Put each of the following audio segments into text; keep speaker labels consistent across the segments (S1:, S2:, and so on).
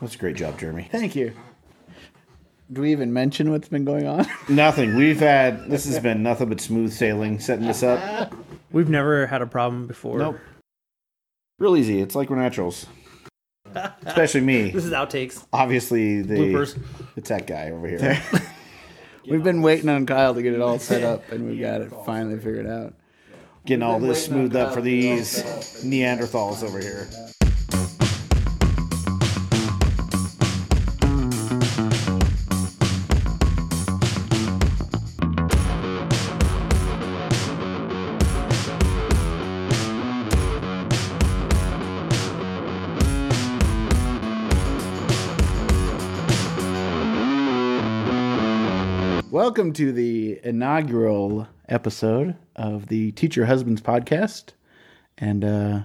S1: That's a great job, Jeremy.
S2: Thank you. Do we even mention what's been going on?
S1: Nothing. We've had this has been nothing but smooth sailing setting this up.
S3: We've never had a problem before.
S1: Nope. Real easy. It's like we're naturals. Especially me.
S4: This is outtakes.
S1: Obviously the
S4: Bloopers.
S1: it's that guy over here.
S2: We've been waiting on Kyle to get it all set up, and we've got it finally figured out.
S1: Getting all this smoothed up for these Neanderthals over here.
S2: Welcome to the inaugural episode of the Teacher Husbands Podcast, and uh,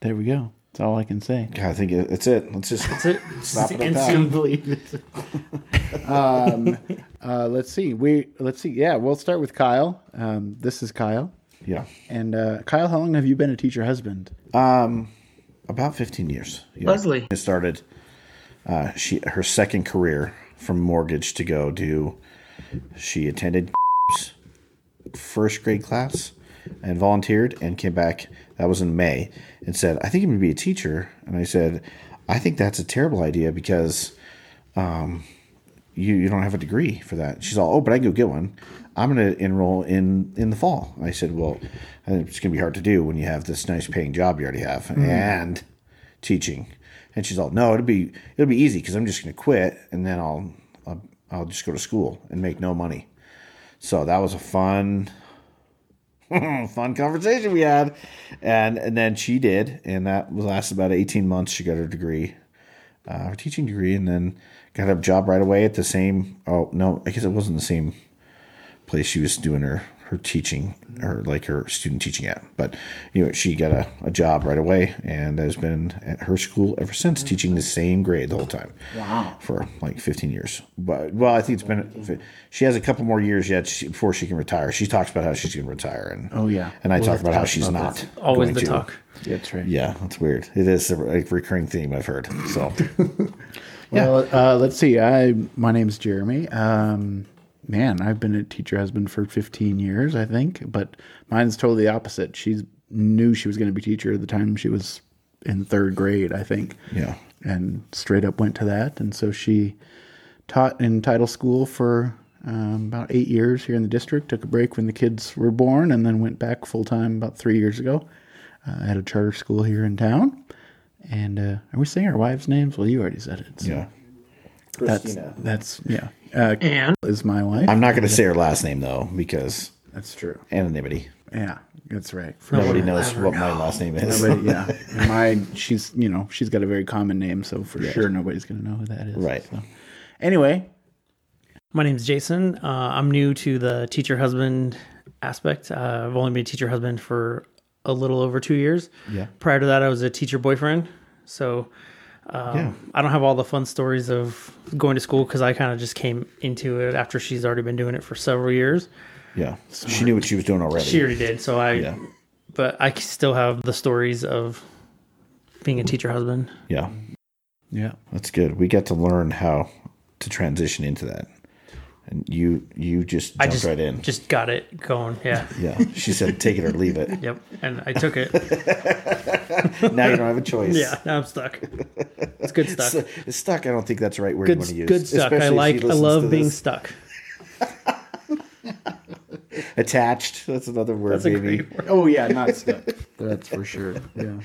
S2: there we go. That's all I can say.
S1: God, I think it- it's it. Let's just
S4: That's it.
S1: Slap it on
S4: And
S1: top.
S4: soon-
S2: Uh, let's see. We let's see. Yeah, we'll start with Kyle. Um, this is Kyle,
S1: yeah.
S2: and uh, Kyle, how long have you been a teacher husband?
S1: Um, about 15 years. Yeah.
S4: Leslie.
S1: It started uh, she her second career from mortgage to go do. She attended first grade class and volunteered and came back. That was in May and said, "I think I'm going to be a teacher." And I said, "I think that's a terrible idea because." you, you don't have a degree for that. She's all, oh, but I can go get one. I'm going to enroll in in the fall. I said, well, I think it's going to be hard to do when you have this nice paying job you already have and teaching. And she's all, no, it'll be it'll be easy because I'm just going to quit and then I'll, I'll I'll just go to school and make no money. So that was a fun fun conversation we had, and and then she did, and that was lasted about 18 months. She got her degree uh, her teaching degree and then got a job right away at the same oh no i guess it wasn't the same place she was doing her her teaching or like her student teaching at but you know she got a, a job right away and has been at her school ever since teaching the same grade the whole time wow for like 15 years but well i think it's been she has a couple more years yet she- before she can retire she talks about how she's going to retire and oh
S2: yeah.
S1: and i talk about how she's not
S3: Always
S1: going
S3: the
S1: to.
S3: talk.
S2: That's right.
S1: yeah that's weird it is a re- recurring theme i've heard so
S2: Well, uh, let's see. I my name's Jeremy. Um, man, I've been a teacher husband for 15 years, I think, but mine's totally the opposite. She knew she was going to be teacher at the time she was in third grade, I think.
S1: Yeah.
S2: and straight up went to that, and so she taught in title school for um, about eight years here in the district. Took a break when the kids were born, and then went back full time about three years ago uh, at a charter school here in town. And uh, are we saying our wives' names? Well, you already said it. so-
S1: yeah
S2: that's that's yeah. Uh,
S4: And
S2: is my wife?
S1: I'm not going to say her last name though because
S2: that's true.
S1: anonymity.
S2: Yeah, that's right.
S1: Nobody knows what my last name is.
S2: Nobody, yeah, And my she's you know she's got a very common name, so for sure nobody's gonna know who that is.
S1: Right.
S2: So. Anyway,
S3: My name's Jason. Uh, I'm new to the teacher husband aspect. Uh, I've only been a teacher husband for a little over two years.
S1: Yeah.
S3: Prior to that, I was a teacher boyfriend. So um,
S1: Yeah.
S3: I don't have all the fun stories of going to school because I kind of just came into it after she's already been doing it for several years.
S1: Yeah, she knew what she was doing already.
S3: She already did. So I,
S1: Yeah.
S3: but I still have the stories of being a teacher husband.
S1: yeah,
S2: yeah,
S1: that's good. We got to learn how to transition into that, and you you just
S3: I
S1: jumped
S3: just
S1: right in.
S3: just got it going. Yeah.
S1: yeah, she said, "Take it or leave it."
S3: Yep. And I took it.
S1: Now you don't have a choice.
S3: Yeah, now I'm stuck. It's good stuck.
S1: So- stuck. I don't think that's the right word you
S3: good,
S1: want to use.
S3: good stuck.
S1: especially
S3: I
S1: if she
S3: like. I
S1: listens to
S3: love being
S1: this.
S3: stuck.
S1: attached. That's another word,
S3: That's a
S1: baby.
S3: great word.
S2: Oh yeah, not stuck. That's for sure. Yeah.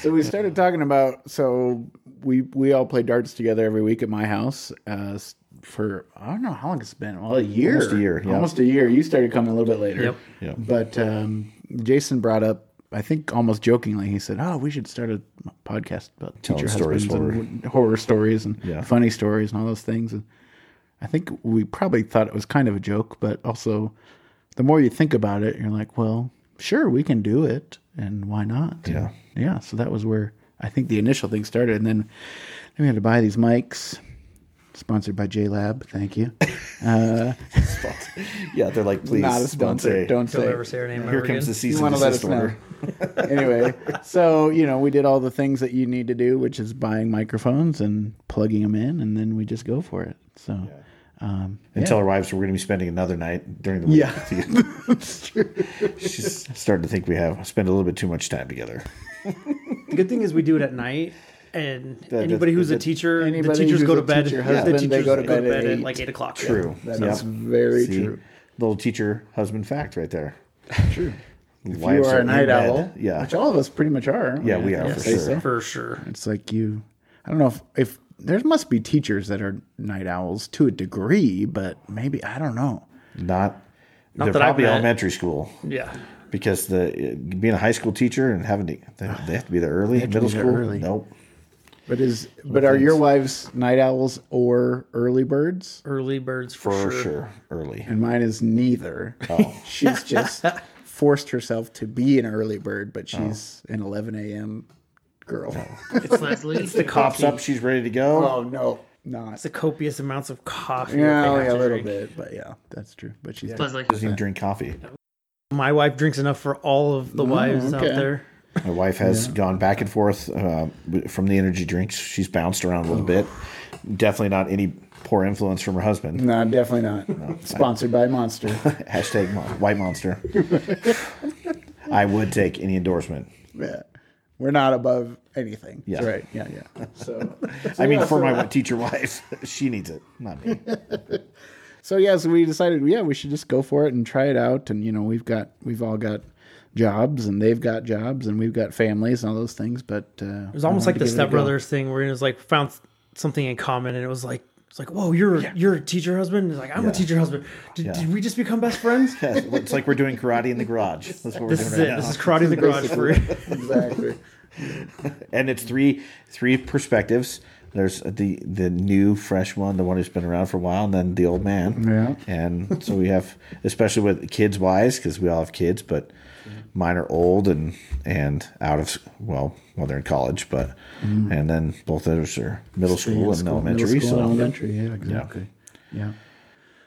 S2: so we started talking about so we we all play darts together every week at my house uh, s- for I don't know how long it's been. Well, a year.
S1: Almost a year, yeah.
S2: Almost a year. You started coming a little bit later.
S3: Yep.
S1: Yep.
S2: But um, Jason brought up. I think almost jokingly, he said, "Oh, we should start a podcast about
S1: Telling
S2: teacher
S1: stories,
S2: husbands and horror stories and
S1: Yeah.
S2: funny stories and all those things." And I think we probably thought it was kind of a joke, but also the more you think about it, you're like, well, sure, we can do it. And why not?
S1: Yeah.
S2: Yeah. So that was where I think the initial thing started. And then, then we had to buy these mics, Sponsored by J Lab. Thank you.
S1: Yeah, they're like, please
S2: Not a
S1: don't
S2: sponsor.
S1: say.
S2: Don't
S3: Don't
S2: say.
S3: ever say her name
S1: Here
S3: ever
S1: comes the
S3: again.
S2: you
S1: season.
S2: want to let us know.
S1: order.
S2: anyway, so you know, we did all the things that you need to do, which is buying microphones and plugging them in, and then we just go for it. So.
S1: And tell our wives we're going to be spending another night during the week.
S2: Yeah. That's true.
S1: She's starting to think we have spent a little bit too much time together.
S3: The good thing is we do it at night, and
S1: that-
S3: anybody who's a
S1: that-
S3: teacher, the
S2: Anybody
S3: teachers
S2: who's
S3: go
S2: a
S3: to bed.
S2: teacher
S3: the
S2: husband,
S3: teachers
S2: they go to bed at
S3: at
S2: eight.
S3: like eight o'clock.
S1: True.
S2: That is
S1: Yep.
S2: very
S1: See?
S2: true.
S1: Little teacher husband fact right there.
S2: True. If you
S1: Wives
S2: are a
S1: in
S2: night
S1: bed.
S2: owl,
S1: Yeah.
S2: which all of us pretty much are. aren't
S1: Yeah, we are
S2: I
S1: for
S2: say
S1: sure.
S2: so.
S3: for sure.
S2: It's like you. I don't know if if there must be teachers that are night owls to a degree, but maybe I don't know.
S1: Not, they're
S3: that I've
S1: probably
S3: met.
S1: elementary school
S3: Yeah,
S1: because the being a high school teacher and having to they, they have to be there early
S2: have to
S1: middle
S2: be there
S1: school.
S2: early.
S1: Nope.
S2: But is but are your wives night owls or early birds?
S3: early birds for,
S1: For
S3: sure.
S1: sure. early.
S2: And mine is neither.
S1: Oh.
S2: she's just forced herself to be an early bird,
S1: Oh.
S2: but she's an 11 a.m. girl.
S3: It's Leslie. it's the
S1: Pops
S3: coffee.
S1: up, she's ready to go.
S2: oh no, not.
S3: It's the copious amounts of coffee. that
S2: Yeah,
S3: they
S2: only
S3: have
S2: a
S3: to
S2: little
S3: drink.
S2: bit, but yeah, that's true. But she's
S4: Leslie.
S1: Doesn't even drink coffee.
S3: My wife drinks enough for all of the wives
S2: Oh, okay.
S3: out there.
S1: My wife has gone back and forth uh, from the energy drinks. She's bounced around a little bit. Definitely not any poor influence from her husband.
S2: no, definitely not. Sponsored by Monster.
S1: Hashtag mon- white monster. I would take any endorsement.
S2: Yeah. We're not above anything.
S1: Yeah.
S2: Right. Yeah. Yeah. So,
S1: I mean, for my teacher wife, she needs it, not me.
S2: so yeah, so we decided, yeah, we should just go for it and try it out. And, you know, we've got, we've all got jobs and they've got jobs and we've got families and all those things. But, uh,
S3: It was almost like the Step Brothers thing where it was like found something in common, and it was like it's like whoa, you're you're a teacher husband. It's like I'm a teacher husband. Did, did we just become best friends?
S1: It's like we're doing karate in the garage. That's what we're
S3: This
S1: doing
S3: is
S1: right
S3: it.
S1: now.
S3: This is karate in the garage for
S2: exactly.
S1: and it's three three perspectives. There's the the new fresh one, the one who's been around for a while, and then the old man.
S2: Yeah.
S1: And so we have, especially with kids wise, because we all have kids, but mine are old and and out of s- well, well they're in college, but and then both others are middle school and elementary.
S2: Middle Mm-hmm. school
S1: so
S2: and elementary. Yeah. Exactly. Yeah.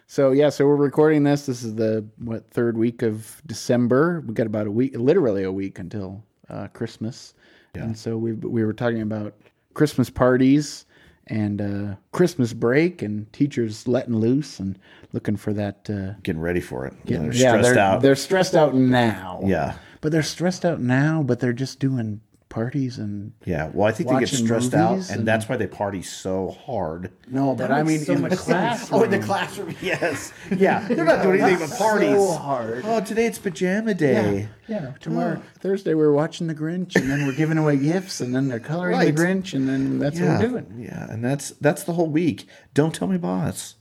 S2: So yeah, so we're recording this. This is the what third week of December. We got about a week, literally a week until uh, Christmas. And so we we were talking about Christmas parties and uh, Christmas break and teachers letting loose and looking for that. Uh,
S1: getting ready for it. Yeah, they're
S2: yeah,
S1: stressed
S2: they're,
S1: out.
S2: They're stressed out now.
S1: yeah.
S2: But they're stressed out now. But they're just doing parties and
S1: Yeah, well, I think they get
S2: Watching
S1: stressed out,
S2: movies
S1: and, that's why they party so hard.
S2: no. but I
S3: makes
S2: mean,
S3: so
S2: in
S3: much
S2: the
S3: sense.
S2: classroom.
S1: Oh, in the classroom, yes, yeah, they're not doing anything but parties.
S2: So hard.
S1: Oh, today it's pajama day.
S2: Yeah, tomorrow Thursday we're watching The Grinch, and then we're giving away gifts, and then they're coloring
S1: Right.
S2: The Grinch, and then that's
S1: Yeah,
S2: what we're doing.
S1: yeah, and that's that's the whole week. Don't tell me, boss.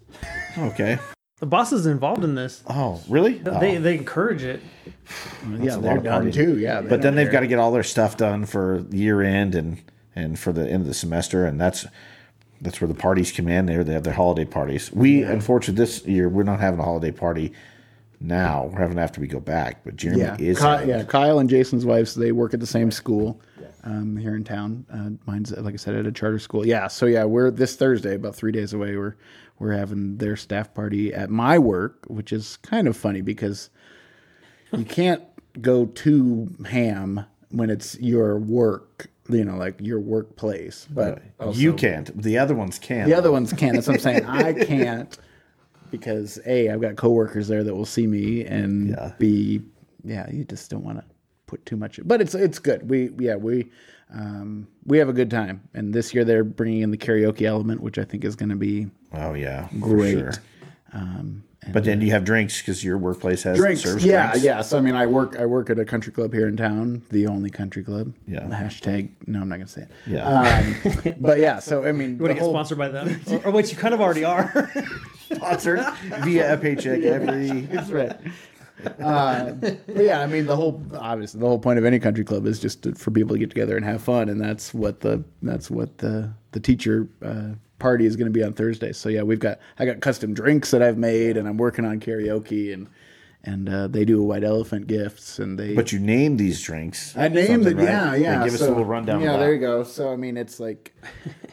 S1: Okay.
S3: the boss is involved in this.
S1: Oh, really? Oh,
S3: They they encourage it.
S2: yeah,
S1: a lot
S2: they're
S1: of
S2: done
S1: partying.
S2: too. Yeah, they
S1: but then
S2: don't
S1: they've
S2: care.
S1: got to get all their stuff done for year end and and for the end of the semester, and that's that's where the parties come in. There, they have their holiday parties. We, unfortunately, this year we're not having a holiday party. Now we're having after we go back, but Jeremy
S2: yeah,
S1: is.
S2: Ky-
S1: having-
S2: yeah. Kyle and Jason's wives they work at the same school um, here in town. Uh, mine's like I said at a charter school. Yeah, so yeah, we're this Thursday, about three days away. We're we're having their staff party at my work, which is kind of funny because you can't go too ham when it's your work. You know, like your workplace, but
S1: you can't. The other ones can.
S2: Oh, The other ones can. That's what I'm saying. I can't because a I've got coworkers there that will see me, and
S1: Yeah.
S2: b yeah you just don't want to put too much. But it's it's good. We yeah we um, we have a good time, and this year they're bringing in the karaoke element, which I think is going to be
S1: Oh yeah,
S2: Great. Um,
S1: For sure. but then you have drinks because your workplace has
S2: drinks.
S1: serves
S2: yeah,
S1: drinks.
S2: yeah. So I mean, I work I work at a country club here in town, the only country club.
S1: Yeah.
S2: Hashtag no, I'm not going to say it.
S1: Yeah.
S2: Um, but yeah, so I mean,
S3: You
S2: the
S3: want to get
S2: whole-
S3: sponsored by them? or, or wait, you kind of already are.
S1: sponsored via a paycheck every.
S2: That's right. Uh, but yeah, I mean the whole obviously the whole point of any country club is just to, for people to get together and have fun, and that's what the that's what the the teacher uh, party is going to be on Thursday. So yeah, we've got I got custom drinks that I've made, and I'm working on karaoke, and and uh, they do a white elephant gifts, and they
S1: But you name these drinks.
S2: I named
S1: something,
S2: it.
S1: right?
S2: Yeah, yeah.
S1: Then give us a little rundown.
S2: Yeah,
S1: of that.
S2: there you go. So I mean, it's like,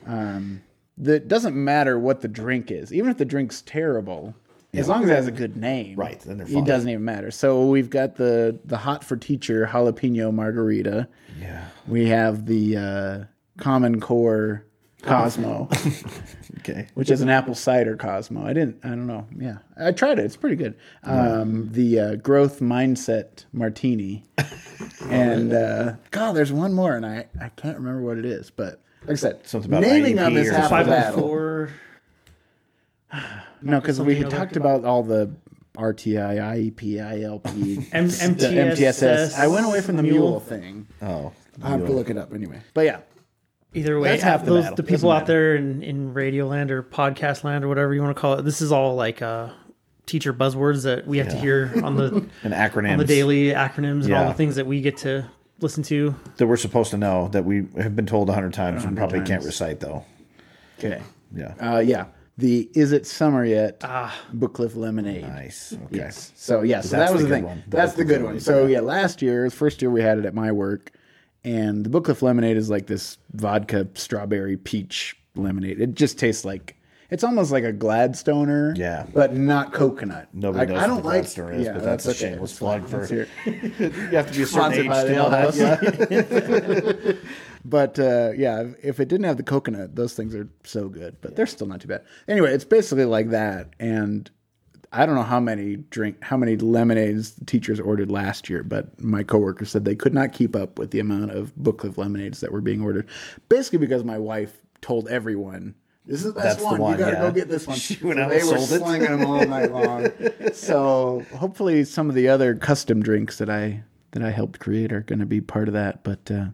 S2: um, that doesn't matter what the drink is, even if the drink's terrible, as long as it has a good name,
S1: Right, then they're fine.
S2: It doesn't even matter. So we've got the the hot for teacher jalapeno margarita.
S1: Yeah.
S2: We have the uh, common core Cosmo,
S1: Okay.
S2: which is an apple cider Cosmo. I didn't. I don't know. Yeah, I tried it. It's pretty good. Um, the uh, growth mindset martini, and uh, God, there's one more, and I I can't remember what it is, but. Like I said,
S1: Something about
S2: naming
S1: IEP
S2: them is
S1: or
S2: half the
S1: something.
S2: battle.
S3: 504.
S2: No, because we
S3: something
S2: had
S3: I
S2: talked
S3: liked
S2: about all the RTI, IEP, ILP,
S3: M-
S2: the
S3: MTSS.
S2: I went away from the
S3: Mule.
S2: mule, thing.
S1: Oh.
S2: I have to look it up anyway. But yeah,
S3: Either way,
S2: That's half the
S3: those,
S2: battle.
S3: the
S2: Doesn't
S3: people out there in, in radio land or podcast land or whatever you want to call it, this is all like uh, teacher buzzwords that we have to hear on the
S1: An acronym.
S3: on the daily acronyms and all
S1: Yeah.
S3: the things that we get to listen to.
S1: that we're supposed to know that we have been told a hundred times and probably can't
S2: times.
S1: recite though.
S2: okay,
S1: Yeah.
S2: uh, yeah, the is it summer yet? Ah, Bookcliff Lemonade.
S1: nice. Okay.
S2: Yes. So yeah, so
S1: that's
S2: that was
S1: the good
S2: the, thing.
S1: one. The
S2: That's the
S1: Bookcliff
S2: good one.
S1: Lemonade,
S2: So yeah, last year, the first year we had it at my work, and the Bookcliff lemonade is like this vodka strawberry peach lemonade. It just tastes like it's almost like a Gladstoner.
S1: Yeah.
S2: But not coconut.
S1: Nobody knows what the Gladstoner is, but that's a
S2: okay.
S1: shameless
S2: That's
S1: plug
S2: fine.
S1: for-
S2: Let's hear it
S1: You have to be a
S2: sponsored by the Ale House. but uh, yeah, if- if it didn't have the coconut, those things are so good, but they're still not too bad. Anyway, it's basically like that, and I don't know how many drink, how many lemonades the teachers ordered last year, but my coworker said they could not keep up with the amount of book of lemonades that were being ordered, basically because my wife told everyone. This is the best
S1: That's the
S2: one.
S1: one,
S2: You gotta
S1: yeah."
S2: go get this one.
S1: She went
S2: So
S1: out
S2: they
S1: and
S2: were
S1: sold it.
S2: slinging them all night long. so hopefully, some of the other custom drinks that I that I helped create are going to be part of that. But uh,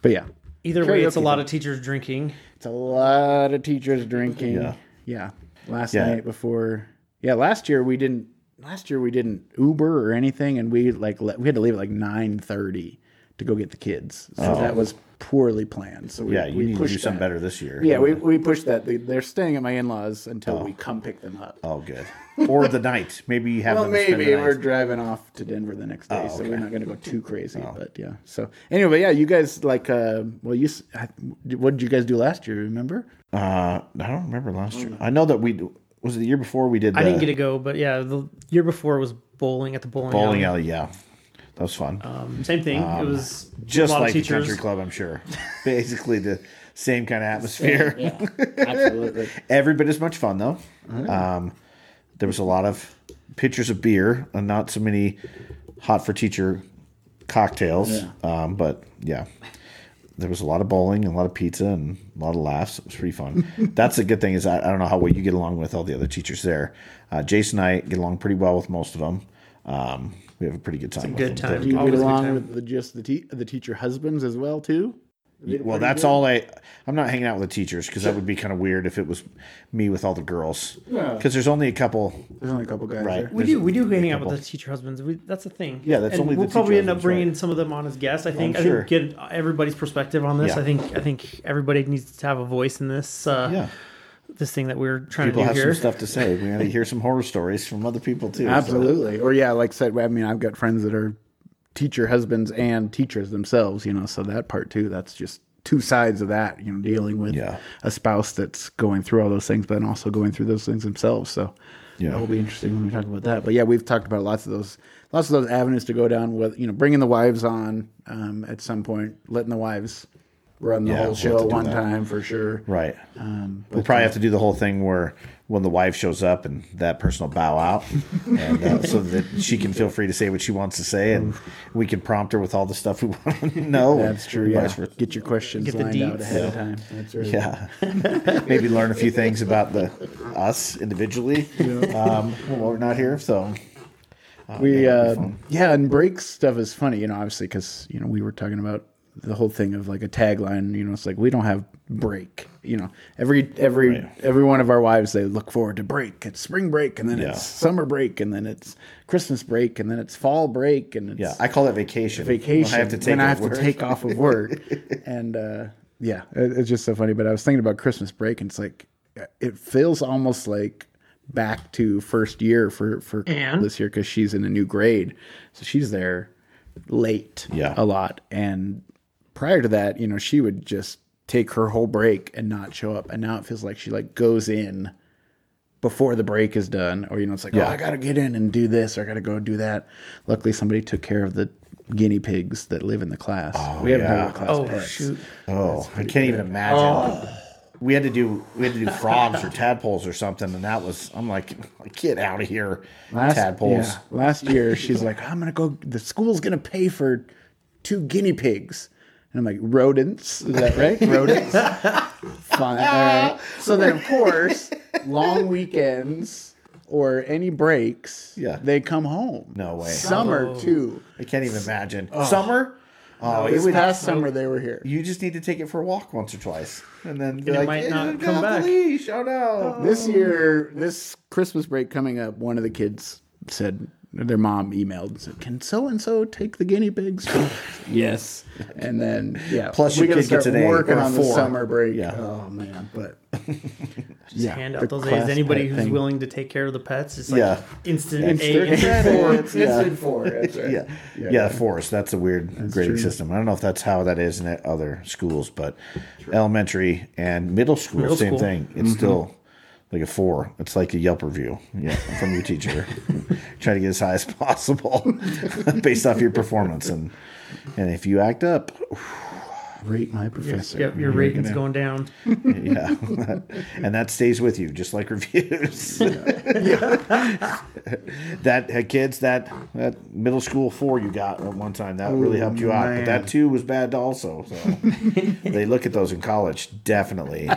S2: but yeah,
S3: Either way, it's a
S2: Karaoke
S3: lot of teachers drinking.
S2: it's a lot of teachers drinking.
S1: Yeah.
S2: Yeah. Last
S1: Yeah.
S2: night before. Yeah, last year we didn't. Last year we didn't Uber or anything, and we like le- we had to leave at like nine thirty to go get the kids. So that was poorly planned. So we,
S1: Oh. Yeah, you
S2: we
S1: need to
S2: pushed
S1: do something
S2: that.
S1: better this year.
S2: Yeah, we, we pushed that. They- They're staying at my in laws until we come pick them up.
S1: Oh, good. Or the night. Maybe you have.
S2: Well,
S1: them spend the
S2: maybe
S1: night.
S2: we're
S1: Oh,
S2: driving off to Denver the next day, so
S1: okay. Oh.
S2: we're not going to go too crazy. But yeah, so anyway, yeah, you guys like, uh, well, you, s- I- what did you guys do last year? Remember?
S1: Uh, I don't remember last year. I know that we was it the year before we did. The
S3: Mm. I didn't get to go, but yeah, the year before was bowling at the bowling,
S1: bowling
S3: alley.
S1: alley. Yeah, that was fun.
S3: Um, same thing. it was
S1: Just
S3: a lot
S1: like
S3: of
S1: the
S3: teachers.
S1: country club, I'm sure. Basically the same kind of atmosphere.
S2: Absolutely.
S1: Every bit as much fun though. Um, there was a lot of pitchers of beer and not so many hot for teacher cocktails. Um, but yeah, there was a lot of bowling, and a lot of pizza, and a lot of laughs. It was pretty fun. That's the good thing is I, I don't know how well you get along with all the other teachers there. Uh, Jason and I get along pretty well with most of them. Um, we have a pretty good time. with
S3: good
S1: them.
S3: time.
S2: Do you
S3: Always a
S2: get
S3: good
S2: along
S3: time.
S2: with the, just the te- the teacher husbands as well too?
S1: Well, that's all I. I'm not hanging out with the teachers because that would be kind of weird if it was me with all the girls.
S2: Yeah.
S1: Because there's only a couple.
S2: There's only a couple guys.
S1: Right.
S2: There.
S3: We do. We do hang out with the teacher husbands. We, that's a thing.
S1: Yeah, that's
S3: and
S1: only the
S3: We'll probably
S1: teacher
S3: end up
S1: husbands, right. Oh,
S3: bringing some of them on as guests. I think.
S1: I'm
S3: I
S1: sure.
S3: think get everybody's perspective on this.
S1: Yeah.
S3: I think. I think everybody needs to have a voice in this. Uh,
S1: Yeah.
S3: This thing that we're trying
S1: People
S3: to do
S1: have
S3: here.
S1: some stuff to say. We gotta hear some horror stories from other people too. so-
S2: Absolutely. Or yeah, like I said, I mean, I've got friends that are teacher husbands and teachers themselves, you know, so that part too, that's just two sides of that, you know, dealing with
S1: Yeah.
S2: a spouse that's going through all those things, but then also going through those things themselves. So
S1: Yeah.
S2: that will be interesting when we talk about that. But yeah, we've talked about lots of those, lots of those avenues to go down with, you know, bringing the wives on um, at some point, letting the wives run the
S1: Yeah,
S2: whole
S1: we'll have to
S2: show
S1: do
S2: one
S1: that.
S2: time for sure.
S1: Right.
S2: Um,
S1: we'll probably have to do the whole thing where when the wife shows up and that person will bow out, and uh, so that she can feel free to say what she wants to say, and we can prompt her with all the stuff we want to know.
S2: that's true.
S1: and
S2: Yeah.
S1: vice versa.
S2: Get your questions
S3: Get the
S2: lined out
S3: deets.
S2: ahead of time. That's right.
S1: Yeah. Maybe learn a few things about the us individually um, while we're not here. So
S2: we
S1: Oh, that'd be
S2: uh,
S1: fun.
S2: yeah and break stuff is funny you know obviously because you know we were talking about the whole thing of like a tagline you know it's like we don't have break you know every every
S1: Right.
S2: every one of our wives they look forward to break it's spring break and then
S1: Yeah.
S2: it's summer break and then it's christmas break and then it's fall break and it's
S1: yeah, I call it vacation.
S2: vacation
S1: When I have to take.
S2: when I
S1: it
S2: have to
S1: work.
S2: take off of work. and uh, yeah, it- it's just so funny. But I was thinking about Christmas break, and it's like uh, it feels almost like back to first year for for
S3: And?
S2: this year because she's in a new grade, so she's there late
S1: Yeah.
S2: a lot. And prior to that, you know, she would just take her whole break and not show up. And now it feels like she like goes in before the break is done, or you know, it's like,
S1: Yeah.
S2: oh, I gotta get in and do this, or I gotta go do that. Luckily, somebody took care of the guinea pigs that live in the class. we haven't
S1: yeah.
S2: had a class.
S3: Oh
S2: pets.
S3: shoot!
S1: Oh, I can't even imagine. We had to do we had to do frogs or tadpoles or something, and that was I'm like, get out of here, tadpoles.
S2: yeah, last year, she's like, I'm gonna go. The school's gonna pay for two guinea pigs, and I'm like, rodents. Is that right? Rodents. Fine. All right. So then, of course, long weekends or any breaks,
S1: Yeah.
S2: they come home.
S1: No way.
S2: Summer
S3: Oh.
S2: too.
S1: I can't even imagine summer. Oh, it
S2: This
S1: would.
S2: past summer, they were here.
S1: You just need to take it for a walk once or twice, and then be
S3: it
S1: like,
S3: might
S1: "Eh,
S3: not
S1: get
S3: come
S1: off the
S3: back."
S1: leash. Oh no!
S2: This year, this Christmas break coming up, one of the kids said their mom emailed and said, "Can so and so take the guinea pigs?" yes, and then yeah.
S1: Plus
S2: we
S1: your
S2: gotta
S1: kid gets
S2: start
S1: an A
S2: working
S1: or a
S2: on the
S1: four.
S2: summer break.
S1: Yeah.
S2: Oh man, but yeah,
S3: Hand out
S2: the
S3: those
S2: class
S3: A's. Anybody
S2: pet
S3: who's
S2: thing.
S3: willing to take care of the pets, it's like
S1: Yeah.
S3: instant A,
S2: Instant
S3: instant
S2: credit.
S3: four.
S2: It's instant four. That's right.
S1: Yeah. yeah, forest. That's a weird grading system. I don't know if that's how that is in other schools, but elementary and middle school,
S3: Middle
S1: same
S3: school.
S1: thing. It's still like a four. It's like a Yelp review, yeah, from your teacher. Try to get as high as possible based off your performance, and and if you act up,
S2: Rate my professor.
S3: Yep, your rating's going down.
S1: yeah, and that stays with you, just like reviews. that uh, kids, that that middle school four you got at one time that really helped you out, but
S2: Oh, man.
S1: that too was bad also. So they look at those in college, definitely.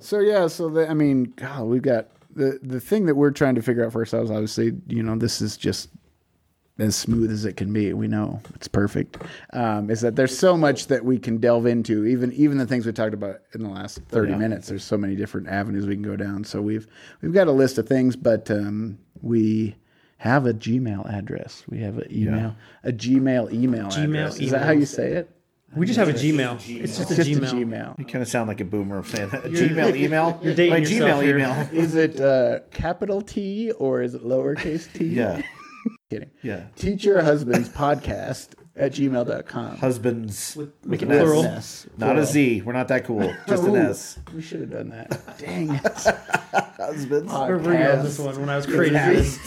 S2: So yeah, so the, I mean, God, we've got the the thing that we're trying to figure out for ourselves. Obviously, you know, this is just as smooth as it can be. We know it's perfect. Um, is that there's so much that we can delve into, even even the things we talked about in the last 30 minutes. There's so many different avenues we can go down. So we've we've got a list of things, but um, we have a Gmail address. We have an email, a Gmail email address. Is that how
S3: email.
S2: you say it?
S3: We just have a Gmail. It's just a
S2: Just
S3: Gmail.
S2: a Gmail.
S1: You kind of sound like a boomer saying that. Gmail email,
S3: you're dating
S1: my
S3: yourself
S1: Gmail
S3: here.
S1: email.
S2: Is it uh, capital T or is it lowercase t?
S1: Yeah,
S2: kidding.
S1: yeah.
S2: Teach your husband's podcast at gmail.com.
S1: Husbands,
S3: Make it
S1: an S.
S3: plural.
S2: Yes.
S1: not a Z. We're not that cool. Just an
S2: Ooh,
S1: S.
S2: We should have done that. Dang it.
S1: Husbands.
S3: Where were you on this one when I was creating this?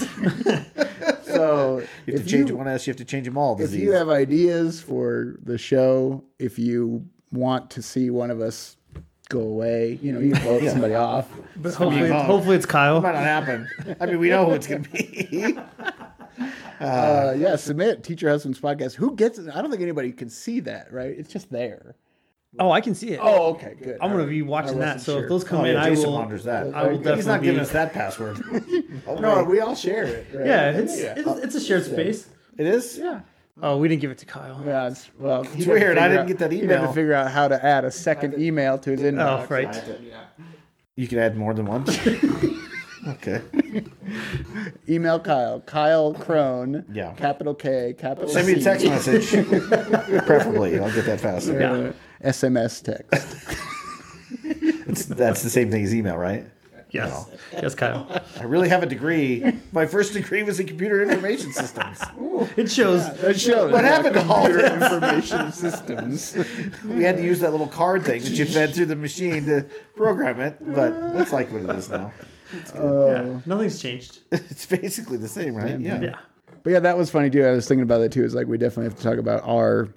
S2: So
S1: You have
S2: if
S1: to change
S2: you,
S1: one S. You have to change them all.
S2: if
S1: Disease.
S2: you have ideas for the show, if you want to see one of us go away, you know, you can blow somebody off.
S3: But hopefully,
S1: Kyle.
S3: hopefully it's Kyle.
S1: might not happen. I mean, we know who it's going to be.
S2: Uh, yeah, submit Teach Your Husband's Podcast. Who gets it? I don't think anybody can see that, right? It's just there.
S3: Oh, I can see it.
S2: Oh, okay, good.
S3: I'm gonna be watching that. So if those come
S1: Oh,
S3: in,
S1: yeah,
S3: I
S1: Jason
S3: will.
S1: ponders that.
S3: I will
S1: He's not
S3: definitely
S1: giving
S3: be-
S1: us that password.
S2: No, we all share it. right?
S3: Yeah, it's It's, it's a shared space.
S1: It is.
S2: Yeah.
S3: Oh, we didn't give it to Kyle.
S2: Yeah, it's, well, it's
S1: weird. I didn't get that
S2: You had to
S1: email.
S2: figure out how to add a second email to his
S3: Oh,
S2: inbox.
S3: right.
S1: You can add more than one. okay.
S2: Email Kyle, Kyle Crone,
S1: Yeah.
S2: capital K, capital
S1: Send me a
S2: C,
S1: text message, preferably. I'll get that faster.
S3: Yeah.
S2: SMS text.
S1: It's, that's the same thing as email, right?
S3: Yes. Yes, Kyle.
S1: I really have a degree. My first degree was in computer information systems.
S3: It shows.
S2: That shows
S1: What happened to all
S2: Computer
S1: that?
S2: information systems.
S1: We had to use that little card thing that you fed through the machine to program it, but that's like what it is now.
S3: yeah,
S1: Oh.
S3: nothing's changed.
S1: It's basically the same, right?
S3: Yeah.
S2: But yeah, that was funny too. I was thinking about that too. Is like we definitely have to talk about our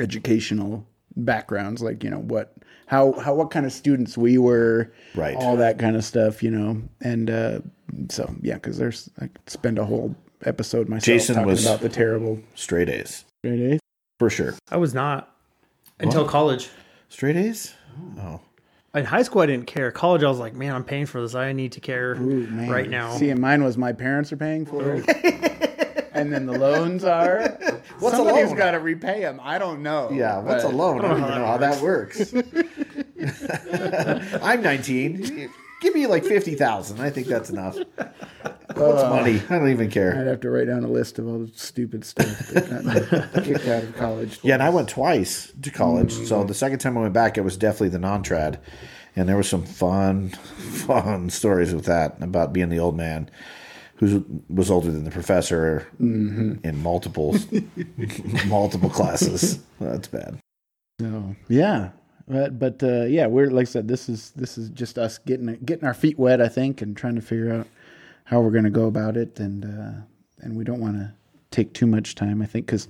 S2: educational backgrounds, like you know what, how, how, what kind of students we were,
S1: Right.
S2: All that kind of stuff, you know. And uh, so yeah, because there's I could spend a whole episode myself
S1: Jason
S2: talking
S1: was-
S2: about the terrible
S1: Straight A's. For sure.
S3: I was not until college.
S1: Straight A's? Oh.
S3: In high school, I didn't care. College, I was like, man, I'm paying for this. I need to care right now.
S2: See, and mine was my parents are paying for it. And then the loans are.
S1: What's a
S2: Somebody's
S1: loan?
S2: got to repay them. I don't know.
S1: Yeah, what's a
S2: but-
S1: loan? I don't even know how that works. I'm 19. Give me like 50,000. I think that's enough.
S2: Uh,
S1: What's money? I don't even care.
S2: I'd have to write down a list of all the stupid stuff that got me kicked out of college.
S1: Yeah, and I went twice to college.
S2: Mm.
S1: So the second time I went back, it was definitely the non trad. And there were some fun, fun stories with that about being the old man who was older than the professor
S2: Mm-hmm.
S1: in multiple multiple classes. That's bad.
S2: So yeah, but but uh, yeah, we're like I said, this is this is just us getting getting our feet wet, I think, and trying to figure out how we're going to go about it, and uh, and we don't want to take too much time, I think, because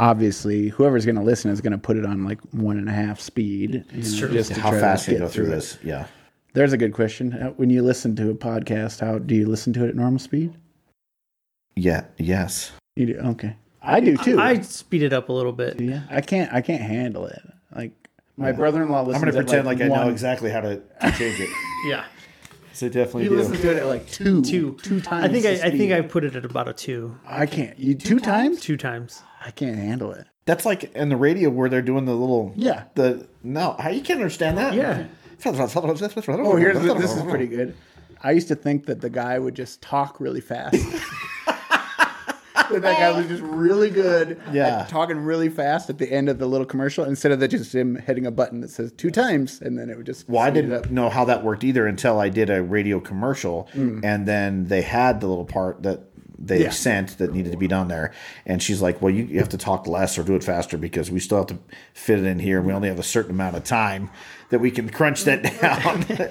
S2: obviously whoever's going to listen is going to put it on like one and a half speed. It's
S3: true.
S2: Just to
S1: How
S2: try to
S1: fast can you
S2: get
S1: go through
S2: it.
S1: this? Yeah.
S2: There's a good question. Uh, When you listen to a podcast, how do you listen to it at normal speed?
S1: Yeah. Yes.
S2: You do okay. I do too.
S3: I speed it up a little bit.
S2: yeah, I can't. I can't handle it. Like my brother-in-law listens.
S1: I'm gonna
S2: at,
S1: pretend like, I know
S2: one-
S1: exactly how to to change it.
S3: Yeah.
S1: So definitely
S2: You
S1: do.
S2: listen to it at like two, two, two times.
S3: I think I,
S2: the
S3: I think
S2: speed.
S3: I put it at about a two,
S2: I can't. You two times?
S3: two times.
S2: I can't handle it.
S1: That's like in the radio where they're doing the little
S2: Yeah.
S1: the no how you can't understand that
S3: Yeah.
S1: oh
S2: Oh, here's the, this is pretty good. I used to think that the guy would just talk really fast. that that guy was just really good
S1: Yeah.
S2: at talking really fast at the end of the little commercial instead of the, just him hitting a button that says two times and then it would just.
S1: Well, I
S2: speed it
S1: didn't know how that worked either until I did a radio commercial, and then they had the little part that they
S2: Mm. Yeah.
S1: sent that needed to be done there. And she's like, "Well, you, you have to talk less or do it faster because we still have to fit it in here, and we only have a certain amount of time that we can crunch that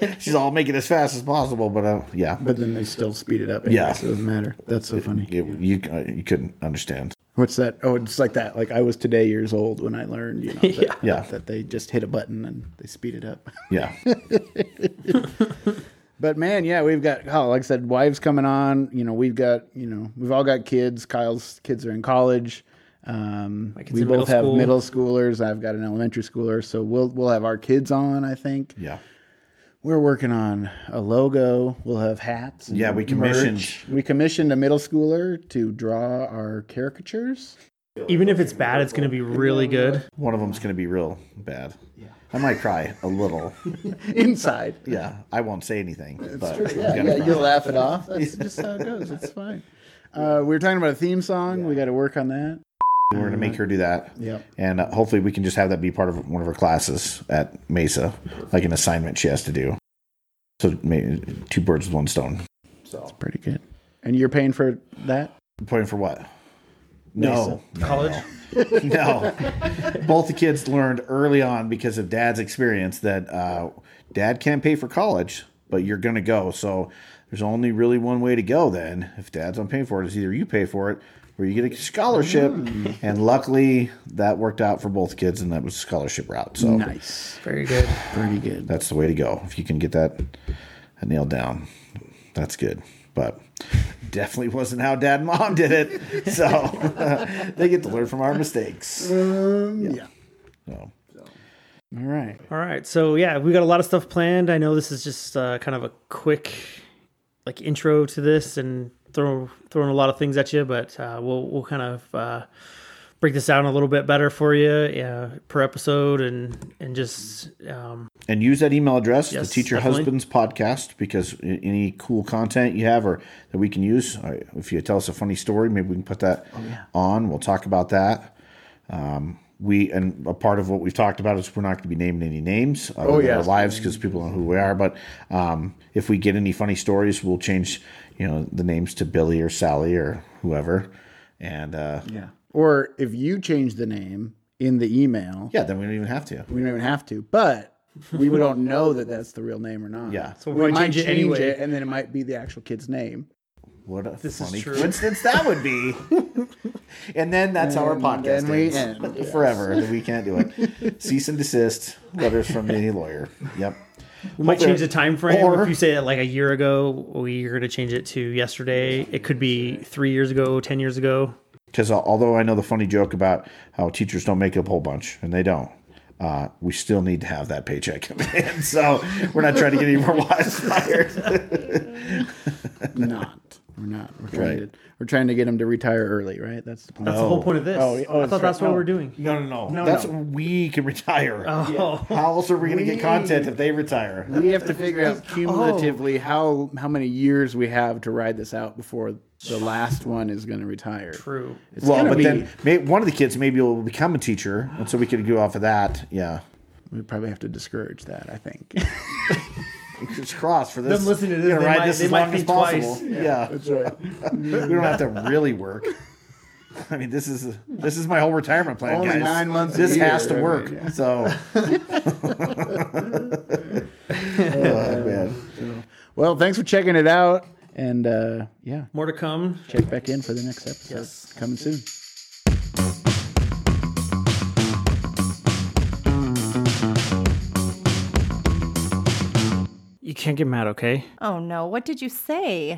S1: down." she's all, "I'll "Make it as fast as possible," but uh, yeah,
S2: But then they still speed it up. Anyway,
S1: Yeah.
S2: so it doesn't matter. That's so funny.
S1: you you, uh, you couldn't understand.
S2: What's that? Oh, it's like that. Like I was today years old when I learned, you know, that,
S1: Yeah.
S2: that they just hit a button and they speed it up.
S1: Yeah,
S2: But man, yeah, we've got oh, like I said, wives coming on. You know, we've got you know, we've all got kids. Kyle's kids are in college. Um,
S3: kids
S2: we
S3: in middle
S2: both have
S3: school.
S2: middle schoolers. I've got an elementary schooler, so we'll we'll have our kids on. I think
S1: yeah.
S2: we're working on a logo. We'll have hats. and
S1: Yeah, we commissioned-
S2: merch. We commissioned a middle schooler to draw our caricatures.
S3: Even if it's bad, it's going to be really good.
S1: One of them's gonna be real bad. Yeah. I might cry a little.
S2: Inside,
S1: yeah, I won't say anything. but I'm
S2: yeah,
S1: gonna
S2: yeah
S1: cry.
S2: you'll laugh it off. That's just how it goes. It's fine. Uh, we were talking about a theme song. We got to work on that.
S1: We're gonna make her do that.
S2: Yep.
S1: And uh, hopefully we can just have that be part of one of her classes at Mesa, like an assignment she has to do. So maybe two birds with one stone.
S2: Pretty good. And you're paying for that?
S1: Point for what? No,
S3: College.
S1: no. Both the kids learned early on because of Dad's experience that uh, Dad can't pay for college, but you're gonna go. So there's only really one way to go. Then if Dad's not paying for it, it's either you pay for it or you get a scholarship. And luckily that worked out for both kids, and that was a scholarship route. So
S2: Nice.
S3: Very good.
S2: Pretty good.
S1: that's the way to go. If you can get that nailed down, that's good. But definitely wasn't how dad and mom did it. So they get to learn from our mistakes.
S2: Um, yeah.
S1: So,
S2: All right.
S3: All right. So yeah, we got a lot of stuff planned. I know this is just uh, kind of a quick like intro to this and throw throwing a lot of things at you, but uh, we'll we'll kind of uh, break this down a little bit better for you uh, per episode and and just um,
S1: and use that email address,
S3: Yes,
S1: the Teacher
S3: definitely.
S1: Husbands Podcast, because a- any cool content you have or that we can use, uh, if you tell us a funny story, maybe we can put that on. We'll talk about that. Um, we and a part of what we've talked about is we're not going to be naming any names other
S2: Oh,
S1: than
S2: yeah.
S1: our lives because people know who we are. But um, if we get any funny stories, we'll change, you know, the names to Billy or Sally or whoever. And uh, yeah.
S2: Yeah. Or if you change the name in the email,
S1: then we don't even have to.
S2: we don't even have to, but we don't know that that's the real name or not.
S1: Yeah.
S3: so
S2: We
S3: we're
S2: might
S3: gonna
S2: change, it, and then it might be the actual kid's name.
S1: What a
S3: is
S1: funny
S3: true.
S1: coincidence that would be. and then that's how our podcast
S2: then we
S1: ends.
S2: end, yes.
S1: forever. that We can't do it. Cease and desist letters from any lawyer. Yep.
S3: We might change the time frame.
S1: Or-
S3: if you say that like a year ago, we're going to change it to yesterday. It could be three years ago, ten years ago.
S1: Because uh, although I know the funny joke about how teachers don't make up a whole bunch, and they don't. Uh, we still need to have that paycheck come in, so we're not trying to get any more wives fired.
S2: not. We're not. We're trying
S1: Right.
S2: to we're trying to get him to retire early, right? That's the plan.
S3: That's the whole point of this.
S2: Oh, oh,
S3: I
S2: that's
S3: thought
S2: right.
S3: that's what
S2: No.
S3: we're doing.
S1: No, no, no. That's we can retire.
S3: Oh,
S1: How else are we going to get
S2: We-
S1: content if they retire?
S2: we have to oh. figure out cumulatively how how many years we have to ride this out before the last one is going to retire.
S3: true.
S2: It's
S1: well,
S2: gonna
S1: but
S2: be-
S1: then may, one of the kids maybe will become a teacher, and so we could go off of that. Yeah.
S2: we probably have to discourage that. I think
S1: fingers crossed for this.
S3: Them listening to
S1: We're
S3: this,
S1: gonna
S3: they
S1: ride
S3: might-
S1: this
S3: they
S1: as
S3: might
S1: long as
S3: think twice.
S1: possible. Yeah,
S2: That's right.
S1: we don't have to really work. I mean, this is this is my whole retirement plan,
S2: Only
S1: guys.
S2: nine months a
S1: This
S2: year,
S1: has
S2: I
S1: to
S2: mean,
S1: work.
S2: yeah.
S1: So, Oh, man.
S2: Well, thanks for checking it out. And uh, yeah,
S3: More to come.
S2: check back in for the next episode.
S3: Yes.
S2: Coming soon.
S3: You can't get mad, okay?
S4: Oh no, what did you say?